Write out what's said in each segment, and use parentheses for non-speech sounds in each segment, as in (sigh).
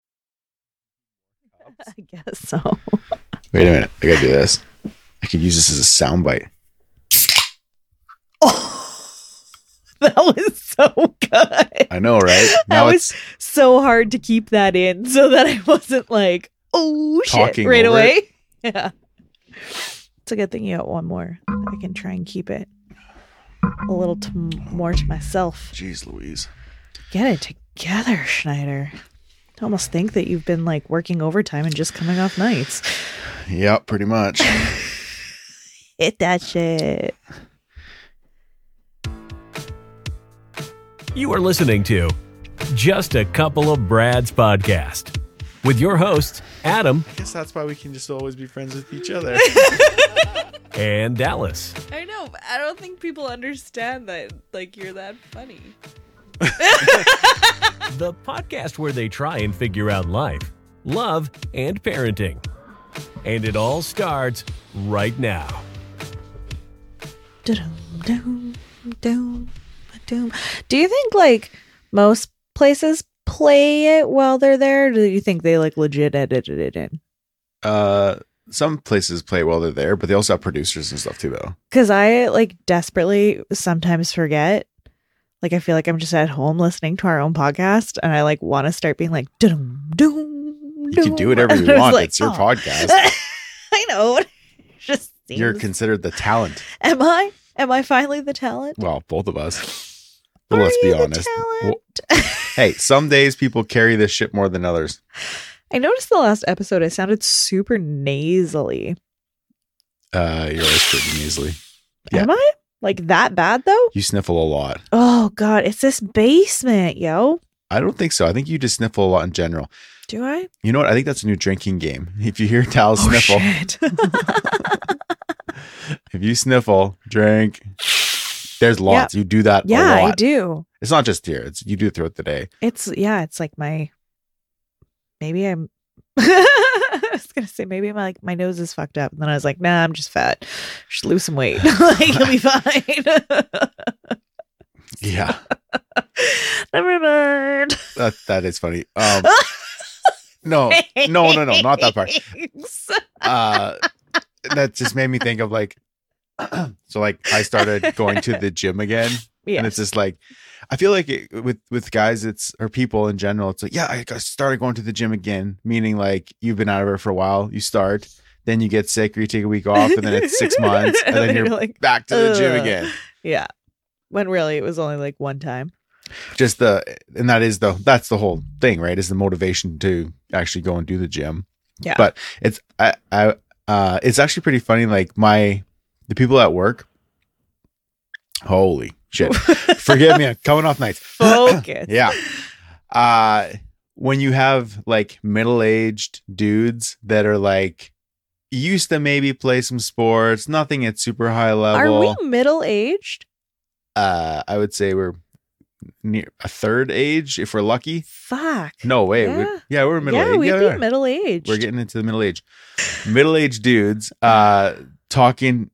(laughs) I guess so. Wait a minute. I gotta do this. I could use this as a soundbite. Oh, that was so good. I (laughs) know, right? Now was it's So hard to keep that in so that I wasn't like, oh shit, Talking right over away. (laughs) Yeah. It's a good thing you got one more. I can try and keep it a little to more to myself. jeez Louise. Get it together, Schneider. I almost think that you've been like working overtime and just coming off nights. Yeah, pretty much. Hit that shit. You are listening to Just a Couple of Brads podcast with your hosts, Adam I guess that's why we can just always be friends with (laughs) each other. and Dallas. I know, but I don't think people understand that like you're that funny. The podcast where they try and figure out life, love, and parenting. And it all starts right now. Dum, dum, dum, dum. Do you think like most places play it while they're there? Do you think they like legit edited it in? uh some places play while they're there, but they also have producers and stuff too though. Because I like desperately sometimes forget. Like I feel like I'm just at home listening to our own podcast, and I like want to start being like, dum, dum, You can dum. do whatever And (laughs) you I was want. like, it's your "Oh." podcast. I know. It just seems. You're considered the talent. Am I? Am I finally the talent? Well, both of us. Are But let's be you the honest. talent? Well, hey, some days people carry this shit more than others. I noticed the last episode I sounded super nasally. Uh, you're always pretty easily. Yeah. Am I? Like that bad though? You sniffle a lot. Oh god, it's this basement, yo. I don't think so. I think you just sniffle a lot in general. Do I? You know what? I think that's a new drinking game. (laughs) If you hear Tal sniffle, Oh, (laughs) shit. (laughs) if you sniffle, drink. There's lots. You do that yeah, a I lot. do. It's not just here. It's you do it throughout (laughs) the day. It's yeah, it's like my maybe I'm (laughs) I was gonna say maybe my like my nose is fucked up. And then I was like, nah, I'm just fat. Just lose some weight. (laughs) like you'll be fine. (laughs) Yeah. Never mind. that that is funny. (laughs) Um No, Oh, no, no, no, not that part. Thanks. uh that just made me think of like (clears throat) so like I started going to the gym again and Yes. it's just like I feel like it, with with guys it's or people in general it's like yeah I got- started going to the gym again meaning like you've been out of it for a while you start then you get sick or you take a week off and then (laughs) it's 6 months and then you're like back to the gym "Ugh." again Yeah. When really it was only like one time. just the and that is the that's the whole thing right is the motivation to actually go and do the gym Yeah. but it's i i uh it's actually pretty funny like my the people at work holy (laughs) shit forgive me i'm coming off nights Focus. (coughs) yeah uh when you have like middle-aged dudes that are like used to maybe play some sports nothing at super high level Are we middle aged? uh i would say we're near a third age if we're lucky Fuck. no way yeah, Yeah. we, yeah we're middle yeah, age we'd yeah, be we are. middle aged. we're getting into the middle age middle aged dudes uh talking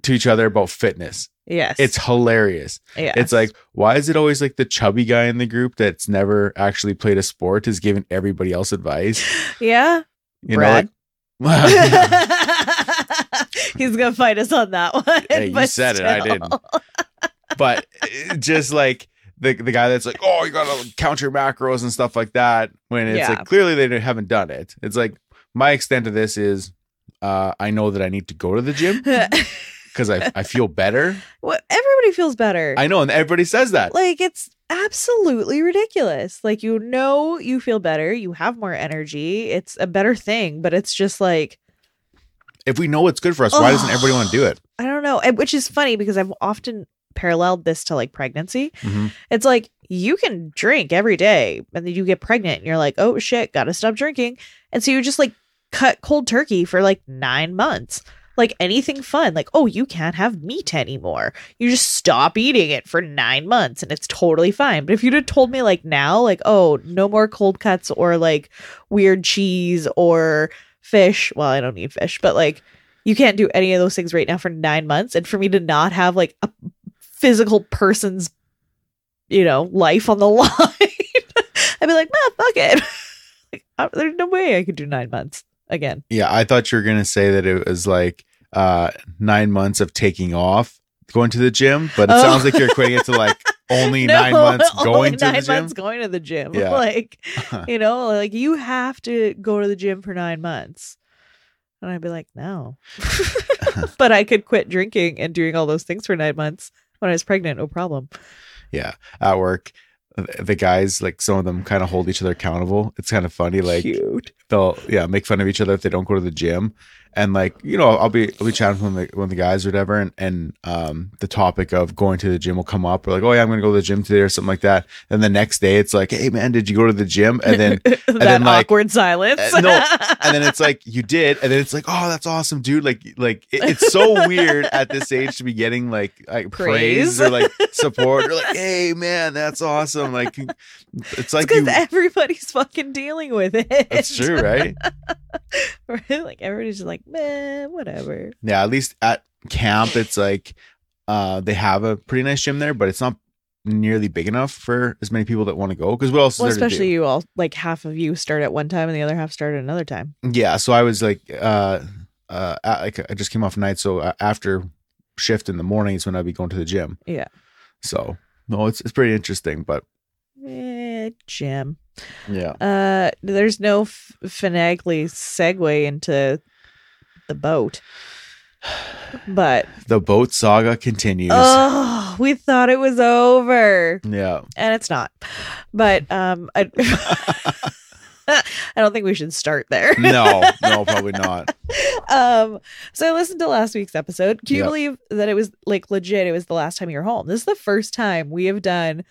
to each other about fitness yes. it's hilarious yes. it's like why is it always like the chubby guy in the group that's never actually played a sport is giving everybody else advice (coughs) yeah. (coughs) you Brad. know like He's gonna fight us on that one. Hey, you but said it, I still. didn't. (laughs) but it- just like the, the guy that's like oh you gotta count your macros and stuff like that when it's Yeah. like clearly they don't- haven't done it it's like my extent of this is uh, i know that i need to go to the gym because I, I feel better (laughs) well, everybody feels better. I know, and everybody says that. like it's absolutely ridiculous. Like you know you feel better, you have more energy, it's a better thing, but it's just like If we know it's good for us, why doesn't everybody want to do it? I don't know, and- which is funny because I've often paralleled this to like pregnancy. It's like you can drink every day and then you get pregnant and you're like, oh shit, gotta stop drinking. And so you just like cut cold turkey for like nine months. Like anything fun, like, oh, you can't have meat anymore. You just stop eating it for nine months and it's totally fine. But if you'd have told me like now, like, oh, no more cold cuts or like weird cheese or fish, well, I don't need fish, but like you can't do any of those things right now for nine months. And for me to not have like a physical person's (laughs) you know, life on the line. I'd be (laughs) like, nah, fuck it. like, I'm, there's no way I could do nine months again. Yeah, I thought you were gonna say that it was like uh nine months of taking off going to the gym, but it Oh. sounds like you're equating it to like (laughs) only No, nine months (laughs) only going to the nine gym. months going to the gym. Yeah. (laughs) (laughs) Like you know, like you have to go to the gym for nine months. And I'd be like, (laughs) no. (laughs) but I could quit drinking and doing all those things for nine months when I was pregnant, no problem. yeah, at work, th- the guys like some of them kind of hold each other accountable. It's kind of funny, like Cute. they'll yeah make fun of each other if they don't go to the gym and like you know i'll be i'll be chatting with the, one of the guys or whatever and, and um the topic of going to the gym will come up or like oh yeah i'm gonna go to the gym today or something like that and the next day it's like hey man did you go to the gym and then that then, like- awkward silence. (laughs) Uh, no, and then it's like you did and then it's like oh that's awesome dude like like it- it's so weird at this age to be getting like like praise, Praise. or like support or like hey man that's awesome like it's like because you everybody's fucking dealing with it. (laughs) that's true right Right? like everybody's just like, man, whatever. Yeah, at least at camp, it's like uh, they have a pretty nice gym there, but it's not nearly big enough for as many people that want to go. Because what else Well, is there especially you all, like half of you start at one time and the other half start at another time. to do? Yeah, so I was like, uh, uh, at, like I just came off night, so uh, after shift in the mornings when I'd be going to the gym. Yeah. So no, it's it's pretty interesting, but Eh, Jim. yeah, Uh, there's no f- finagly segue into the boat, (sighs) but the boat saga continues. oh, we thought it was over, yeah, and it's not. But um, I, (laughs) I don't think we should start there. no, no, probably not. Um, so I listened to last week's episode. Can you Yeah. believe that it was like legit? It was the last time you were home. This is the first time we have done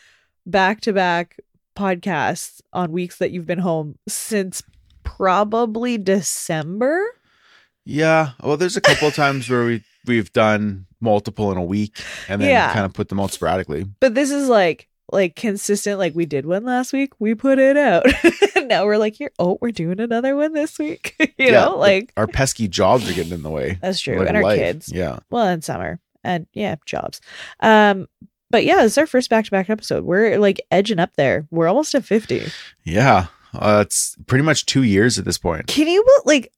back to back podcasts on weeks that you've been home since probably December. Yeah, well, there's a couple of times where we we've done multiple in a week and then Yeah. kind of put them out sporadically. But this is like like consistent. Like we did one last week, we put it out. (laughs) now we're like, here, oh, we're doing another one this week. (laughs) you Yeah, know, but like our pesky jobs are getting in the way. that's true. Like and our life. kids. Yeah. well and summer and yeah jobs um but yeah it's our first back-to-back episode we're like edging up there we're almost at 50 Yeah. Uh, it's pretty much two years at this point. can you bel- like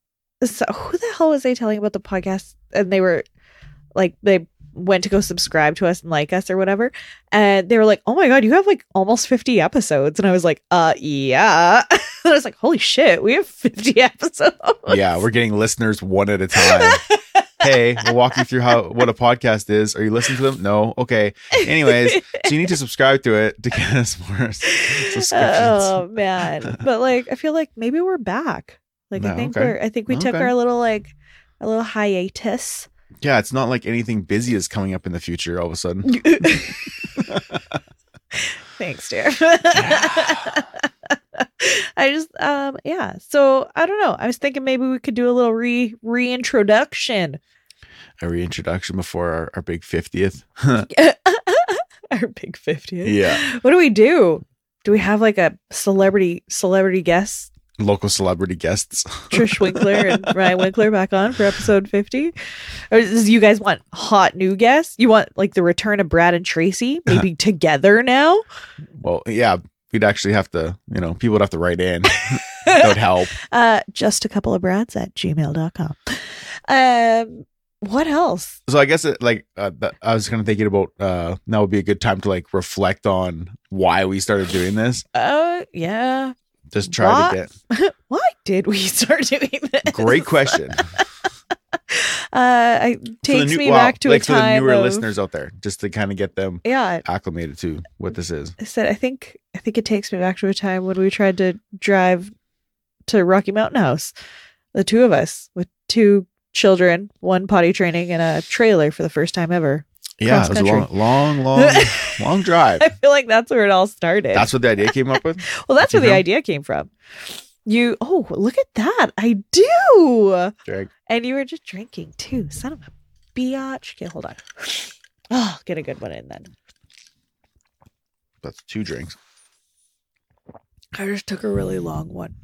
so who the hell was they telling about the podcast and they were like they went to go subscribe to us and like us or whatever and they were like oh my god you have like almost 50 episodes and i was like uh yeah (laughs) and i was like holy shit we have 50 episodes Yeah. We're getting listeners one at a time. hey, we'll walk you through how what a podcast is. Are you listening to them? No. Okay. Anyways, so you need to subscribe to it to get us more s- subscriptions. (laughs) Oh (laughs) man. But like I feel like maybe we're back. Like I No, think okay. we're I think we took Okay. our little like a little hiatus. yeah. It's not like anything busy is coming up in the future all of a sudden. Thanks, dear. (laughs) I just um yeah. So I don't know. I was thinking maybe we could do a little re reintroduction. (laughs) A reintroduction before our, our big 50th. Our big 50th. yeah. (laughs) What do we do? Do we have like a celebrity celebrity guest Local celebrity guests. Trish Winkler (laughs) and Ryan Winkler back on for episode 50? Or is you guys want hot new guests? You want like the return of Brad and Tracy, (laughs) maybe together now? well, yeah. We'd actually have to, you know, people would have to write in. that would help. (laughs) Uh, just a couple of Brads at gmail.com. Um, what else? so I guess it, like uh, th- I was kind of thinking about uh, now would be a good time to like reflect on why we started doing this. Uh, yeah. Just try to Why- get Why did we (laughs) start doing this? (laughs) great question Uh, it For the takes new- me wow, back to like a for the time newer of, listeners out there, just to kind of get them Yeah, acclimated to what this is. I said I think I think it takes me back to a time when we tried to drive to Rocky Mountain House, the two of us with two children, one potty training, and a trailer for the first time ever. (laughs) Yeah, it was a long, long, long, long drive. I feel like that's where it all started. That's what the idea (laughs) came up with. well, that's where the Mhm. idea came from. You oh look at that I do, Drag. and you were just drinking too, son of a biatch. Okay, hold on. (sighs) Oh, get a good one in then. That's two drinks. I just took a really long one.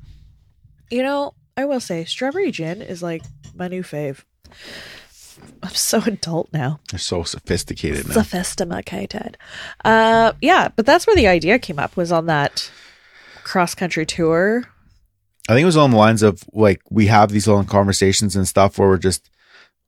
You know, I will say strawberry gin is like my new fave. I'm so adult now. They're so sophisticated now. Sophisticated. Uh yeah, but that's where the idea came up was on that cross country tour I think it was along the lines of like we have these long conversations and stuff where we're just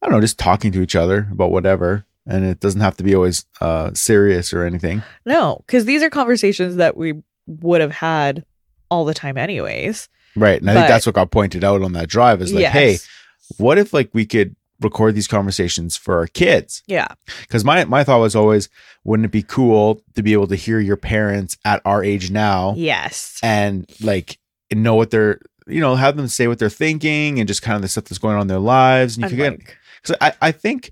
I don't know, just talking to each other about whatever. And it doesn't have to be always uh serious or anything. No, because these are conversations that we would have had all the time, anyways. Right. And I But- think that's what got pointed out on that drive is like, hey, what if like we could record these conversations for our kids? Yeah. Because my my thought was always, wouldn't it be cool to be able to hear your parents at our age now Yes. and like know what they're you know, have them say what they're thinking and just kind of the stuff that's going on in their lives. And you And, could get like, So I, I think,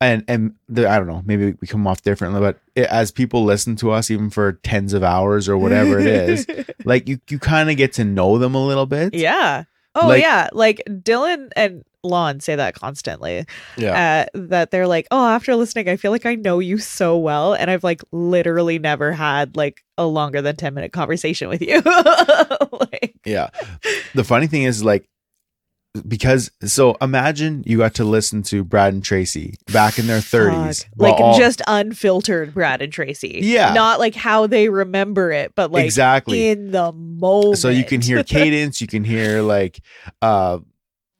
and and the, I don't know, maybe we come off differently, but it, as people listen to us, even for tens of hours or whatever (laughs) it is, like you you kind of get to know them a little bit. yeah. Oh Like- yeah. Like Dylan and Lon say that constantly. yeah, Uh, that they're like, oh, after listening, I feel like I know you so well, and I've like literally never had like a longer than ten minute conversation with you. (laughs) like, yeah. The funny thing is, like, because so imagine you got to listen to Brad and Tracy back in their thirties, fuck. like just unfiltered Brad and Tracy. Yeah. Not like how they remember it, but like exactly. in the moment. (laughs) so you can hear cadence, you can hear like uh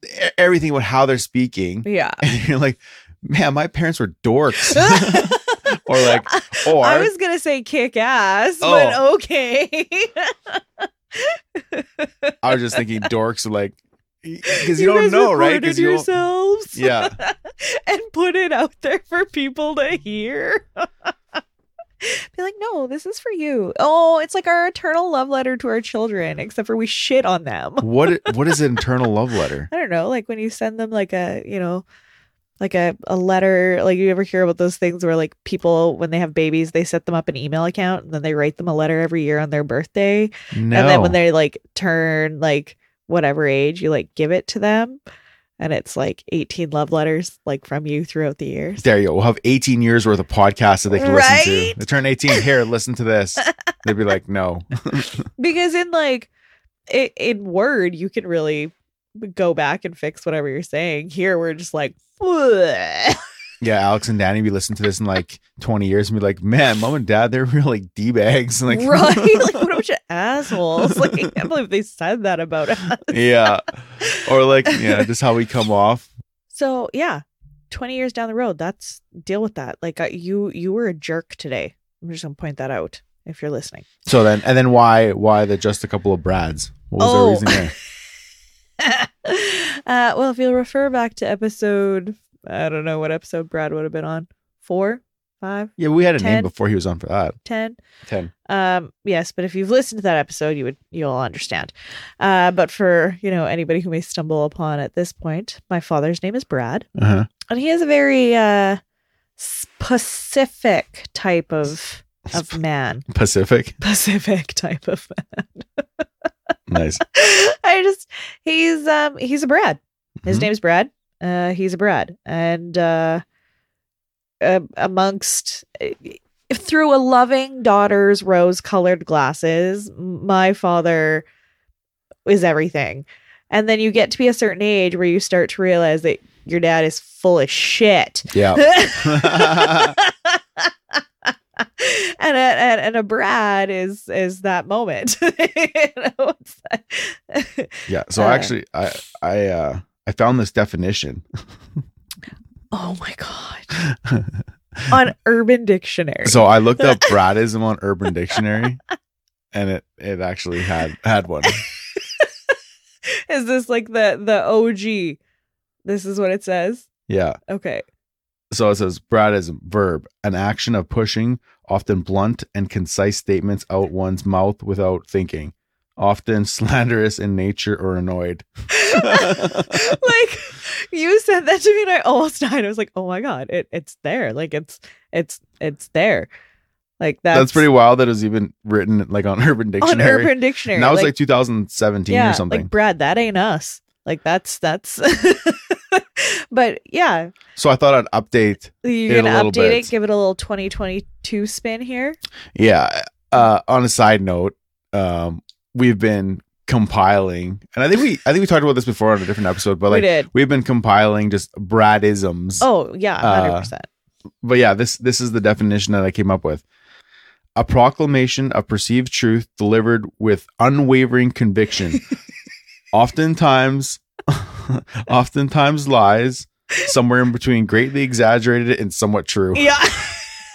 e- everything about how (laughs) they're speaking. (laughs) yeah. and you're like, man, my parents were (laughs) dorks. or like, or I was gonna say kick ass, but Oh. (laughs) okay. just thinking dorks are like, because you, guys don't know, right? recorded Because you don't- yourselves, yeah, and put it out there for people to hear. Be like, no, this is for you. Oh, it's like our eternal love letter to our children, except for we shit on them. what i- what is an internal love letter? I don't know, like when you send them like a, you know, like a, a letter, like you ever hear about those things where like people when they have babies, they set them up an email account and then they write them a letter every year on their birthday. No, And then when they like turn like whatever age, you like give it to them. And it's like 18 love letters like from you throughout the years. there you go. We'll have 18 years worth of podcasts that they can listen Right? to. They turn 18. Here, listen to this. They'd be like, no, Because in like i in word, you can really go back and fix whatever you're saying. Here we're just like (laughs) "Bleh." yeah. Alex and Danny be listening to this in like 20 years and be like, man, mom and dad, they're real like d bags. (laughs) Like, right? (laughs) like what a bunch of assholes. (laughs) Like I can't believe they said that about us. (laughs) yeah, or like, yeah, just how we come off. So yeah, twenty years down the road, that's deal with that. Like uh, you, you were a jerk today. I'm just gonna point that out if you're listening. (laughs) So then, and then why why the just a couple of Brads? What was Oh. the reason (laughs) there? uh, well, if you'll refer back to episode, I don't know what episode Brad would have been on four, five, Yeah, we had a Ted? name before he was on for that. ten. Ten. Um, yes, but if you've listened to that episode, you would you'll understand. Uh, but for you know anybody who may stumble upon at this point, my father's name is Brad. Uh-huh. and he is a very uh specific type of (laughs) of man Pacific. pacific type of man Nice. (laughs) i just he's um he's a brad his Mhm. name's brad uh he's a brad and uh uh, amongst eh, through a loving daughter's rose colored glasses my father is everything and then you get to be a certain age where you start to realize that your dad is full of shit (laughs) Yeah. and, a, and and a Brad is is that moment. (laughs) You know, it's that- (laughs) Yeah. So Uh. actually, I I uh I found this definition. (laughs) (laughs) oh my god! On Urban Dictionary. so I looked up Bradism on Urban Dictionary, and it it actually had had one. is this like the the OG? This is what it says. Yeah. Okay. (laughs) So it says Bradism verb, an action of pushing often blunt and concise statements out one's mouth without thinking, often slanderous in nature or annoyed. like you said that to me and I almost died. I was like, oh my god, it it's there. Like it's it's it's there. Like that's, That's, pretty wild that it was even written like on (laughs) Urban on Dictionary. Urban Dictionary. And that was like, 2017 or something. Like Brad, that ain't us. Like that's that's. (laughs) but yeah, so I thought I'd update. you're It a gonna little update bit. it, give it a little 2022 spin here. Yeah. Uh, on a side note, um, we've been compiling, and I think we I think we talked about this before on a different episode, but we like did. we've been compiling just Bradisms. Oh yeah, uh, 100. percent But yeah, this this is the definition that I came up with. (laughs) A proclamation of perceived truth delivered with unwavering conviction, oftentimes (laughs) oftentimes lies somewhere in between greatly exaggerated and somewhat true Yeah. (laughs)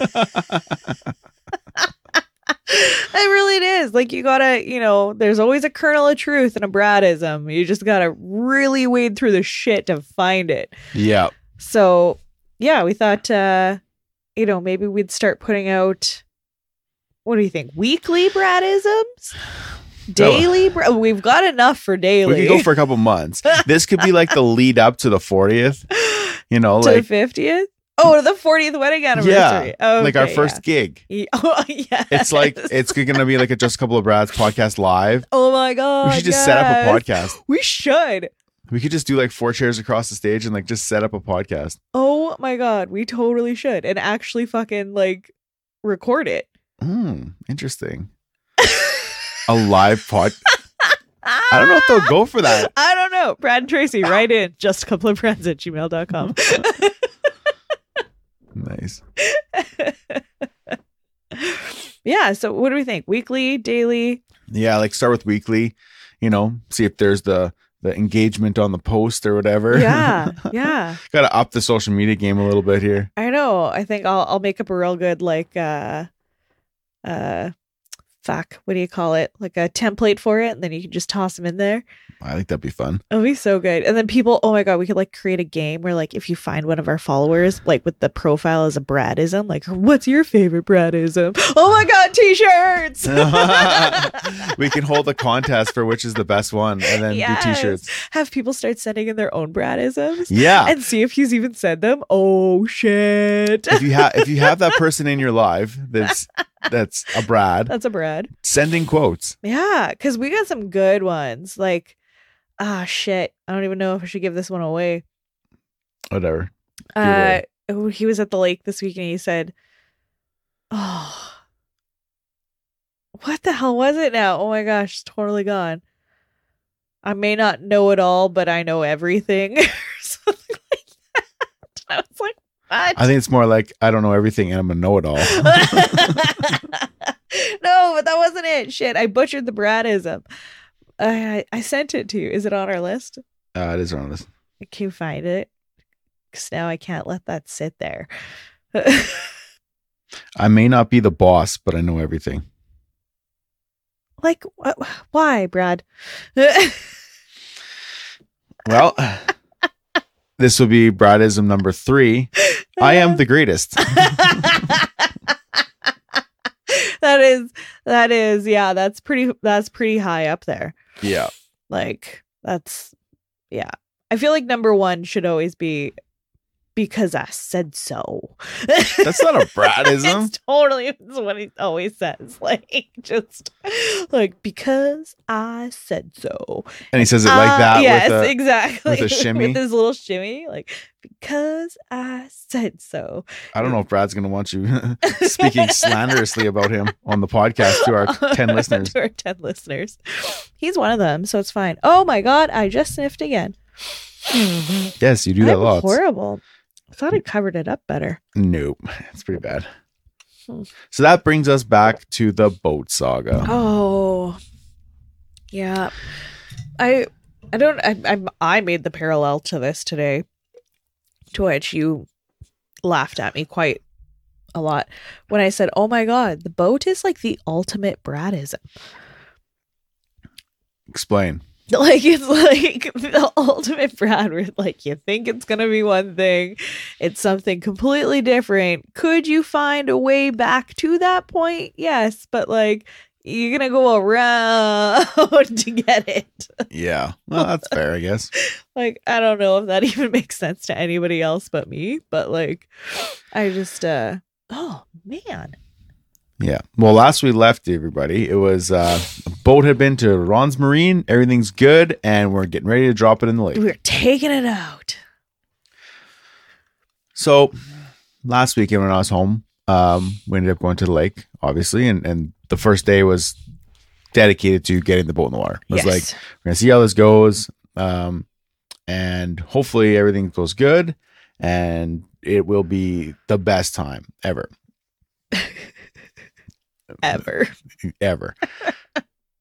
it really is. Like you gotta, you know, there's always a kernel of truth in a Bradism. You just gotta really wade through the shit to find it. yeah So yeah, we thought uh, you know, maybe we'd start putting out what do you think? Weekly (sighs) Bradisms? Daily bra- we've got enough for we daily. could go for a couple months this could be like the lead up to the 40th (laughs) you know to like the 50th? Oh, to the 40th wedding anniversary. Oh, like our first gig (laughs) Oh, yeah. (laughs) it's like it's gonna be like a just a couple of brads podcast live Oh my god. we should just set up a podcast We should. we could just do like four chairs across the stage and like just set up a podcast Oh my god, we totally should. And actually fucking like record it. Hmm, interesting. a live pod. I don't know if they'll go for that. Ah! (laughs) Ah! I don't know. Brad and Tracy, write in just a couple of friends at (laughs) gmail.com. Nice. yeah, so what do we think? Weekly, daily? Yeah, like start with weekly. You know, see if there's the the engagement on the post or whatever. (laughs) Yeah. Yeah. Got to up the social media game a little bit here. I know. I think I'll I'll make up a real good like uh uh fuck, what do you call it? Like a template for it, and then you can just toss them in there. I think that'd be fun. It'll be so good. And then people, oh my god, we could like create a game where like if you find one of our followers, like with the profile as a Bradism, like what's your favorite Bradism? Oh my god, t-shirts. (laughs) we can hold a contest for which is the best one, and then Yes. do t-shirts. Have people start sending in their own Bradisms Yeah. and see if he's even said them. Oh shit. If you have if you have that person in your life that's that's a (laughs) Brad, That's a Brad. sending quotes. Yeah, because we got some good ones. Like, ah, shit. I don't even know if I should give this one away. Whatever. Give Uh, it away. oh, he was at the lake this week and he said, "Oh, what the hell was it now? Oh my gosh, it's totally gone. I may not know it all, but I know everything." (laughs) or something like that. (laughs) And I was like, "What?" I think it's more like I don't know everything and I'm (laughs) a know-it-all. no, but that wasn't it. Shit, I butchered the Bradism. I, I I sent it to you. Is it on our list? Uh, it is on this. Can you find it? Because now I can't let that sit there. (laughs) I may not be the boss, but I know everything. like, wh- why, Brad? (laughs) Well, this will be Bradism number three. I am the greatest. (laughs) that is that is yeah. That's pretty. That's pretty high up there. Yeah. Like that's yeah. I feel like number one should always be because I said so. That's not a Bradism. (laughs) It's totally it's what he always says. (laughs) Like just like because I said so. And he says it like Uh, (laughs) that Yes, with a, exactly. with a shimmy. with his little shimmy, like because I said so. (laughs) I don't know if Brad's going to want you (laughs) speaking slanderously about him on the podcast to (laughs) our 10 listeners. to our ten listeners, he's one of them, so it's fine. Oh my god, I just sniffed again. Yes, you do that I'm lots. horrible. I thought I covered it up better. Nope. It's pretty bad. Hmm. So that brings us back to the boat saga. Oh, yeah. I I don't I I'm, I made the parallel to this today, to which you laughed at me quite a lot when I said, "Oh my god, the boat is like the ultimate Bradism." Explain. (laughs) Like it's like the ultimate Brad. Where like you think it's gonna be one thing, it's something completely different. Could you find a way back to that point? Yes, but like you're gonna go around (laughs) to get it. Yeah. Well, that's fair, I guess. Like I don't know if that (laughs) even makes sense to anybody else but me. But like, I just uh oh man, Yeah. Well, last we left everybody, it was uh, a boat had been to Ron's Marine. Everything's good, and we're getting ready to drop it in the lake. we're taking it out. So last weekend when I was home, um, we ended up going to the lake, obviously, and and the first day was dedicated to getting the boat in the water. It was like yes. we're gonna see how this goes, um, and hopefully everything goes good, and it will be the best time ever. (laughs) ever. (laughs) ever.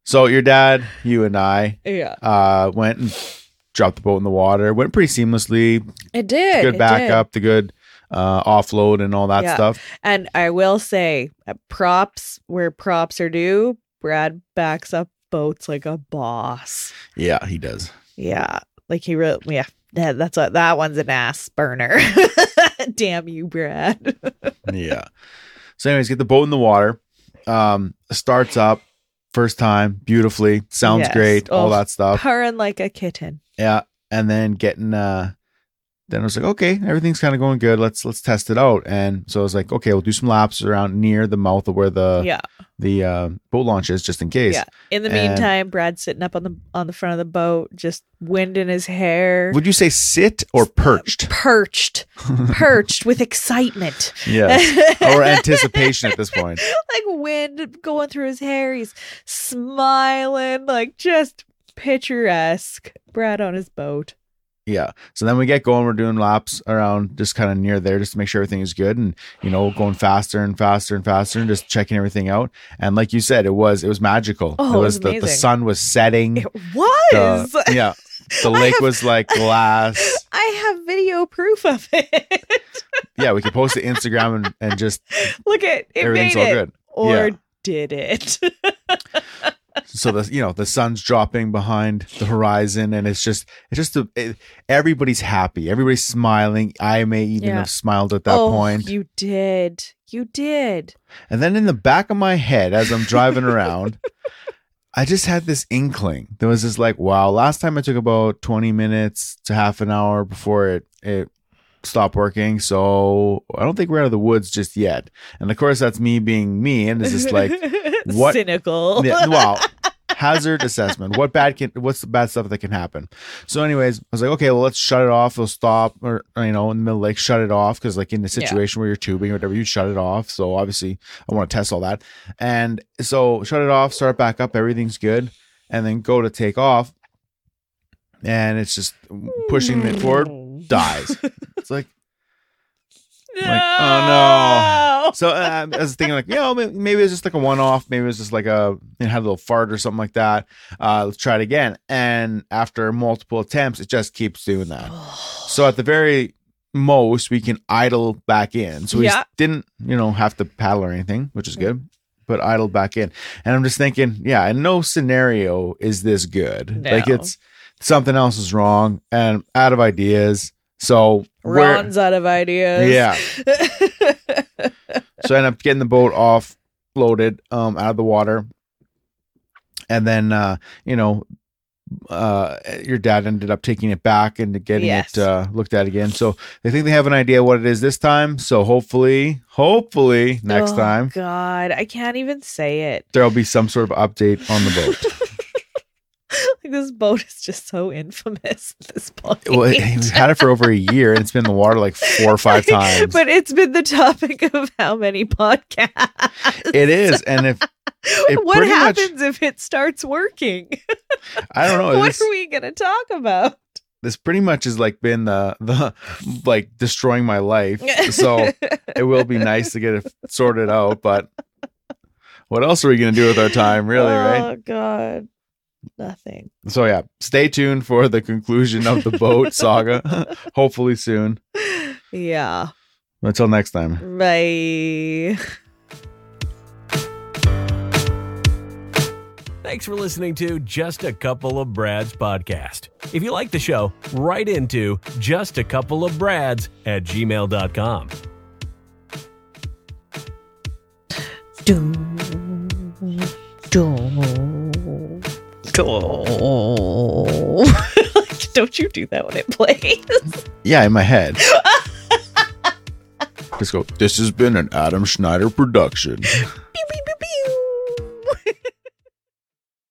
So your dad, you and I Yeah. uh, went and dropped the boat in the water. Went pretty seamlessly. It did. Good it did. backup, the good uh, offload, and all that Yeah. stuff. And I will say, uh, props where props are due. Brad backs up boats like a boss. Yeah, he does. Yeah, like he really. Yeah, that- that's what that one's an ass burner. (laughs) Damn you, Brad. yeah. So, anyways, get the boat in the water. Um, starts up first time beautifully. Sounds Yes. great. all Oh, that stuff. Purring like a kitten. Yeah. And then getting uh then I was like, okay, everything's kind of going good. Let's let's test it out. And so I was like, okay, we'll do some laps around near the mouth of where the yeah, the uh, boat launch is, just in case. yeah. In the and- meantime, Brad's sitting up on the on the front of the boat, just wind in his hair, Would you say sit or perched? (laughs) perched, perched with excitement. (laughs) yes. Or anticipation at this point. like wind going through his hair. He's smiling, like just picturesque. Brad on his boat. Yeah. So then we get going. We're doing laps around just kind of near there just to make sure everything is good and, you know, going faster and faster and faster and just checking everything out. And like you said, it was, it was magical. Oh, it was the, the amazing. sun was setting. It was. The- yeah. The (laughs) I lake have- was like glass. I have video proof of it. (laughs) yeah, we could post to Instagram and, and just Look at it everything's made all it good. or Yeah. did it? (laughs) So the you know the sun's dropping behind the horizon, and it's just it's just a, it, everybody's happy, everybody's smiling. I may even Yeah. have smiled at that oh, point. you did. You did. And then in the back of my head, as I'm driving around, I just had this inkling. There was this like, wow, last time I took about 20 minutes to half an hour before it it stopped working. So I don't think we're out of the woods just yet. And of course, that's me being me, and it's (laughs) just like. what- cynical? (laughs) Yeah, wow. Hazard assessment. What bad can? What's the bad stuff that can happen? So, anyways, I was like, okay, well, let's shut it off. We'll stop, or or, you know, in the middle, of the lake, shut it off because, like, in the Yeah. situation where you're tubing or whatever, you shut it off. So, obviously, I want to test all that, and so shut it off, start back up, everything's good, and then go to take off, and it's just pushing it (laughs) forward, dies. It's like Like, oh, so um, I was thinking like, you know, may- maybe it was just like a one-off. Maybe it was just like a it had a little fart or something like that. Uh, let's try it again. And after multiple attempts, it just keeps doing that. So at the very most, we can idle back in. So we Yeah. Mm. didn't, you know, have to paddle or anything, which is good. But idle back in, and I'm just thinking, yeah, in no scenario is this good. No. Like it's something else is wrong, and out of ideas. So we're- Ron's out of ideas. (laughs) yeah, so I end up getting the boat off loaded um out of the water and then uh you know uh your dad ended up taking it back and getting Yes. it uh looked at again so they think they have an idea what it is this time so hopefully hopefully next Oh, time God, I can't even say it. (laughs) there'll be some sort of update on the boat Like this boat is just so infamous at this point. (laughs) well (laughs) we've had it for over a year and it's been in the water like four or five Like, (laughs) times But it's been the topic of how many podcasts. it is and if (laughs) it what pretty much- happens if it starts working? (laughs) i don't know what Oh, this, are we gonna talk about? this pretty much has like been the the like destroying (laughs) my life so it will be nice to get it sorted out, but what else are we going to do with our time, really, right? Oh God, nothing. So, yeah, stay tuned for the conclusion of the boat saga, (laughs) hopefully soon. Yeah. Until next time. Bye. Thanks for listening to Just a Couple of Brads podcast. If you like the show, write into just a couple of brads at gmail.com. Doom. Doom. Doom. like, (laughs) don't you do that when it plays. Yeah, in my head. Just go, this has been an Adam Schneider production.